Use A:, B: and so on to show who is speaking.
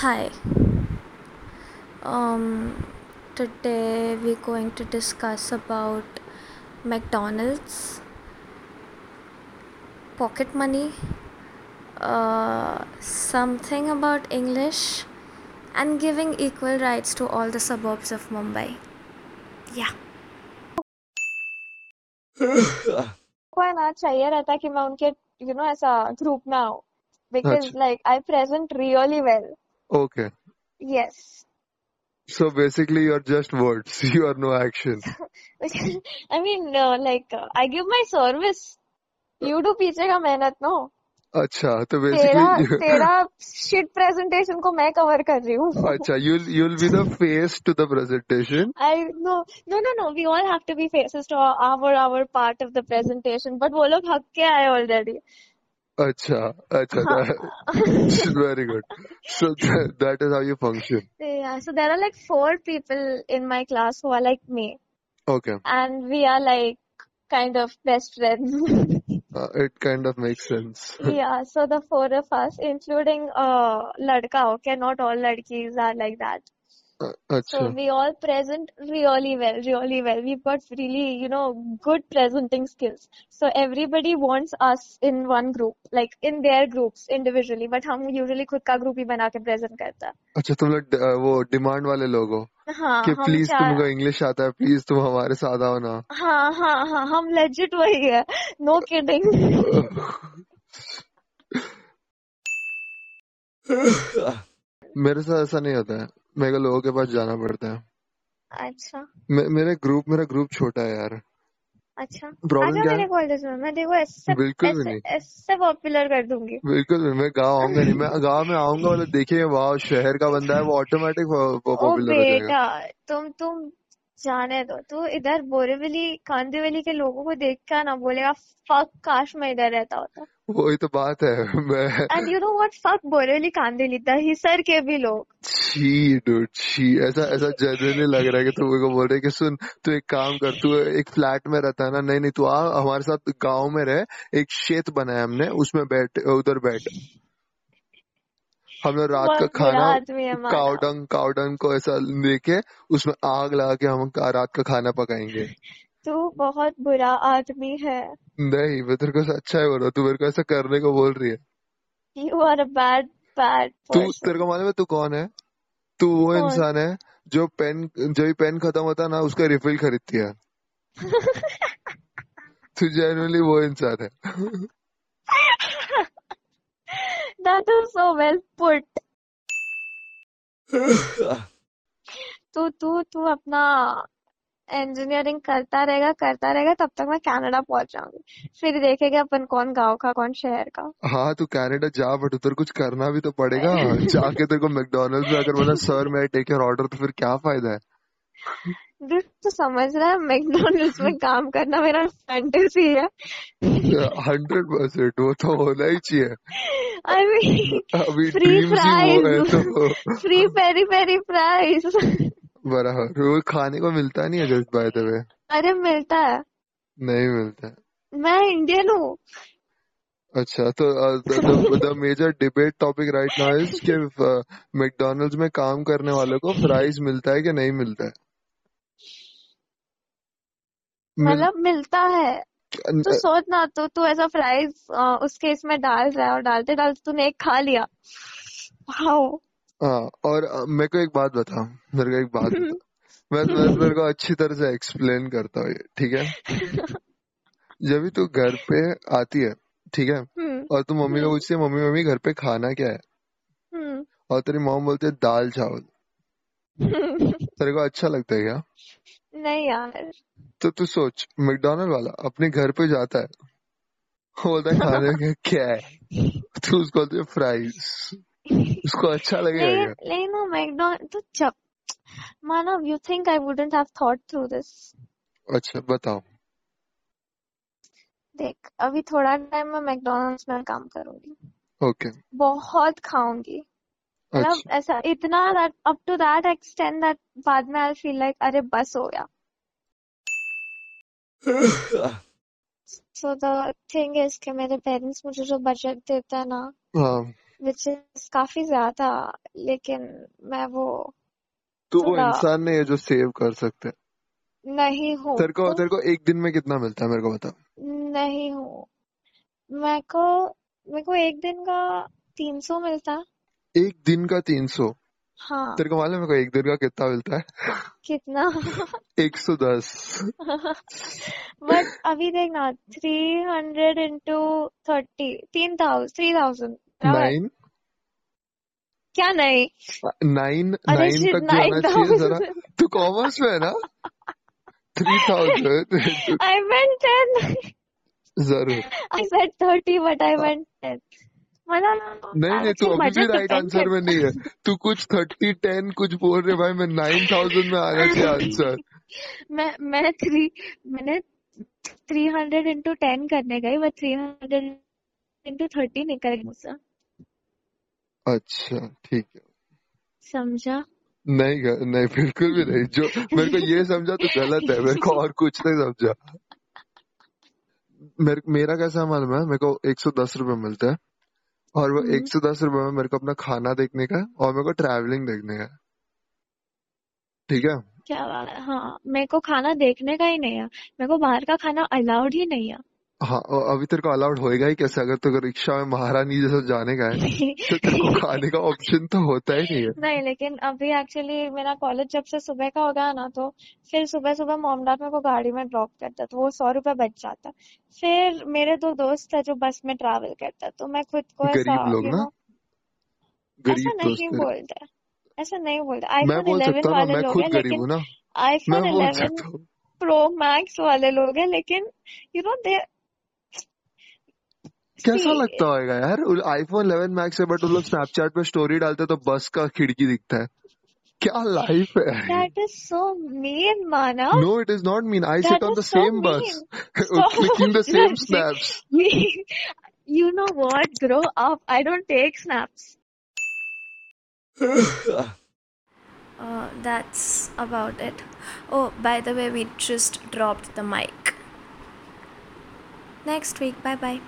A: Hi. Um today we're going to discuss about McDonald's, pocket money, uh something about English and giving equal rights to all the suburbs of Mumbai. Yeah.
B: को है ना चाहिए रहता कि मैं उनके you know ऐसा group में आऊं बिकॉज
C: अच्छा
B: like I present really well
C: okay
B: yes
C: so basically you're just words you are no action
B: I mean like I give my service you do पीछे का मेहनत नो
C: अच्छा तो
B: तेरा
C: basically you,
B: तेरा शिट प्रेजेंटेशन को मैं कवर कर रही हूँ
C: अच्छा you'll you'll be the face to the presentation
B: I no no no no we all have to be faces to our our, our part of the presentation but वो लोग हक के आए ऑलरेडी
C: अच्छा अच्छा
B: हाँ
C: that, very good so that, that is how you function
B: yeah so there are like four people in my class who are like me
C: okay
B: and we are like kind of best friends.
C: uh, it kind of makes sense
B: yeah, so the four of us, including uh ladka, okay, not all ladkis are like that.
C: uh,
B: So
C: अच्छा
B: we all present really well, really well. We've got really, you know, good presenting skills. So everybody wants us in one group, like in their groups individually, but हम usually खुद का group ही बना के present करता
C: अच्छा तुम लोग अ, वो डिमांड वाले लोग हो
B: हाँ
C: कि
B: हम
C: प्लीज
B: चार
C: तुमको इंग्लिश आता है प्लीज तुम हमारे साथ आओ ना
B: हाँ हाँ हाँ हम legit वही है no kidding
C: मेरे साथ ऐसा नहीं होता है मेरे को लोगों के पास जाना पड़ता है
B: अच्छा
C: मे- मेरे ग्रुप मेरा ग्रुप छोटा है यार
B: अच्छा आ
C: प्रॉब्लम
B: जा
C: क्या
B: मेरे
C: है
B: कॉलेज में मैं देखो ऐसे
C: बिल्कुल भी
B: ऐसे
C: नहीं
B: ऐसे पॉपुलर कर दूंगी
C: बिल्कुल भी मैं गांव आऊंगा नहीं मैं गांव में आऊंगा मतलब देखेंगे वाह शहर का बंदा है वो ऑटोमेटिक
B: ओ
C: पॉपुलर हो जाएगा
B: बेटा तुम तुम जाने दो तू इधर बोरीवली कांदिवली के लोगों को देख कर ना बोलेगा फक काश मैं इधर रहता होता
C: वही तो बात है मैं
B: and you know what fuck Borivali Kandivali Dahisar के भी लोग
C: छी डूड छी ऐसा ऐसा जनरली लग रहा है कि तू मेरे को बोल रहे कि सुन तू एक काम कर तू एक फ्लैट में रहता है ना नहीं नहीं तू आ हमारे साथ गांव में रह एक क्षेत्र बनाया हमने उसमें बैठ उधर बैठ हम लोग रात का
B: वह बुरा
C: खाना
B: आदमी है माना
C: कावडंग कावडंग को ऐसा लेके उसमें आग लगा के हम का- रात का खाना पकाएंगे
B: तू बहुत बुरा आदमी है
C: नहीं मैं तेरे को अच्छा ही बोल रहा हूँ तू मेरे को ऐसा करने को बोल रही है
B: you are a bad bad
C: तू तेरे
B: पर्सन
C: को मालूम है तू कौन है तू वो
B: अच्छा। कौन
C: इंसान है जो पेन जब भी पेन खत्म होता है ना उसका रिफिल खरीदती है तू जनरली वो इंसान है
B: that is so well put तू तू तू तो, अपना इंजीनियरिंग करता रहेगा करता रहेगा तब तक मैं कनाडा पहुंच जाऊंगी फिर देखेंगे अपन कौन गांव का कौन शहर का
C: हाँ तू कनाडा जा बट उधर कुछ करना भी तो पड़ेगा जाके तेरे को मैकडोनल्ड्स में अगर बोला सर मैं टेक योर ऑर्डर तो फिर क्या फायदा है
B: दूर तो समझ रहा है मैकडोनल्ड्स में काम करना मेरा फैंटेसी है
C: हंड्रेड परसेंट वो तो होना ही चाहिए
B: आई मीन
C: अभी
B: फ्री
C: ड्रीम्स ही वो
B: फ्राइज
C: है तो
B: फ्री पेरी पेरी फ्राइज
C: बराबर वो खाने को मिलता नहीं है जस्ट बाय द वे
B: अरे मिलता है
C: नहीं मिलता है
B: मैं इंडियन हूँ
C: अच्छा तो the major debate topic right now is कि मैकडोनल्ड्स में काम करने वालों को फ्राइज मिलता है कि नहीं मिलता है मिल
B: मतलब तो मिलता है तू सोच ना तू तू ऐसा फ्राइज उसके इसमें डाल रहा है और डालते डालते तूने एक खा लिया वाओ
C: हाँ और अ, मेरे को एक बात बता मेरे को एक बात बता मैं मैं तेरे को अच्छी तरह से एक्सप्लेन करता हूँ ये ठीक है जब भी तू घर पे आती है ठीक है
B: हम्म
C: और तू मम्मी को
B: हम्म
C: पूछती है मम्मी मम्मी घर पे खाना क्या है
B: हम्म
C: और तेरी मॉम बोलती है दाल चावल
B: हम्म।
C: तेरे को अच्छा लगता है क्या
B: नहीं यार
C: तो तू सोच मैकडोनल्ड वाला अपने घर पे जाता है वो बोलता है खाने में क्या है तो उसको बोलते हैं फ्राइज उसको अच्छा लगेगा
B: लेकिन
C: क्या
B: लेकिन वो मैकडोनल्ड तो जब मानो you think I wouldn't have thought through this
C: अच्छा बताओ
B: देख अभी थोड़ा टाइम मैं मैकडोनल्ड्स में काम करूंगी
C: ओके
B: बहुत खाऊंगी मतलब
C: अच्छा
B: ऐसा इतना that up to that extend that बाद में आई फील लाइक अरे बस हो गया सो द थिंग इज कि मेरे पेरेंट्स मुझे जो बजट देते हैं ना
C: हाँ
B: which is काफी ज्यादा लेकिन मैं वो
C: तू वो
B: थोड़ा-
C: इंसान नहीं है जो सेव कर सकते हैं।
B: नहीं हूँ
C: तेरे को
B: तो
C: तेरे को एक दिन में कितना मिलता है मेरे को बता
B: नहीं हूँ मेरे को मेरे को एक दिन का तीन सौ मिलता
C: एक दिन का तीन सौ
B: हाँ
C: तेरे को मालूम है मेरे को एक दिन का कितना मिलता है
B: कितना
C: एक सौ दस
B: बट अभी देखना थ्री हंड्रेड इंटू थर्टी तीन थाउजेंड थ्री थाउजेंड बराबर
C: नाइन
B: क्या नहीं
C: नाइन
B: अरे
C: नाइन
B: शिट
C: तक
B: नाइन
C: जाना चाहिए जरा तू कॉमर्स में है ना three thousand
B: I meant ten
C: जरूर
B: I said thirty but I meant ten मजा
C: नहीं नहीं तू
B: एक्चुअली मजे तो
C: अभी भी राइट
B: टेन
C: आंसर में नहीं है तू कुछ थर्टी टेन कुछ बोल रहे भाई मैं नाइन थाउजेंड में आना चाहिए आंसर
B: मैं मैं थ्री मैंने थ्री हंड्रेड इंटू टेन करने गई but three hundred into thirty निकल गई मुझसे
C: अच्छा ठीक है
B: समझा
C: नहीं ग- नहीं बिल्कुल भी नहीं जो मेरे को ये समझा तो गलत है मेरे को और कुछ नहीं समझा मेरे मेरा कैसा मालूम है मेरे को एक सौ दस रुपये मिलता है और वो
B: हम्म
C: एक सौ दस रुपये में मेरे को अपना खाना देखने का है और मेरे को ट्रैवलिंग देखने का है। ठीक है
B: क्या बात है हाँ मेरे को खाना देखने का ही नहीं है मेरे को बाहर का खाना अलाउड ही नहीं है
C: हाँ और अभी तेरे को अलाउड होएगा ही कैसे अगर तेरे को रिक्शा में महारानी जैसा जाने का है तो तेरे को खाने का ऑप्शन तो होता ही नहीं है
B: नहीं लेकिन अभी एक्चुअली मेरा कॉलेज जब से सुबह का हो गया ना तो फिर सुबह सुबह मोमडा मेरे को गाड़ी में ड्रॉप करता तो वो सौ रुपया बच जाता फिर मेरे दो दोस्त है जो बस में ट्रैवल करता तो मैं खुद को ऐसा
C: गरीब लोग
B: यू
C: ना
B: नो ऐसा
C: गरीब दोस्त
B: नहीं
C: तेरे
B: बोलता ऐसा नहीं बोलता
C: मैं
B: आईफोन
C: बोल
B: 11
C: सकता हूँ ना
B: वाले
C: मैं
B: लोग
C: खुद
B: हैं
C: गरीब
B: लेकिन
C: हूँ ना मैं
B: आईफोन
C: बोल
B: 11
C: सकता हूँ
B: प्रो मैक्स वाले लोग हैं लेकिन यू नो दे
C: कैसा
B: सी
C: लगता होगा यार आईफोन 11 मैक्स है बट वो लोग स्नैपचैट पे स्टोरी डालते हैं तो बस का खिड़की दिखता है क्या लाइफ है
B: That is so mean, Manav.
C: No, it is not mean. I
B: That
C: sit on the
B: is so
C: same bus,
B: mean. Stop
C: clicking the same
B: judging
C: snaps.
B: me. You know what? Grow up. I don't take snaps.
A: Uh, that's about it. Oh, by the way, we just dropped the mic. Next week, bye bye.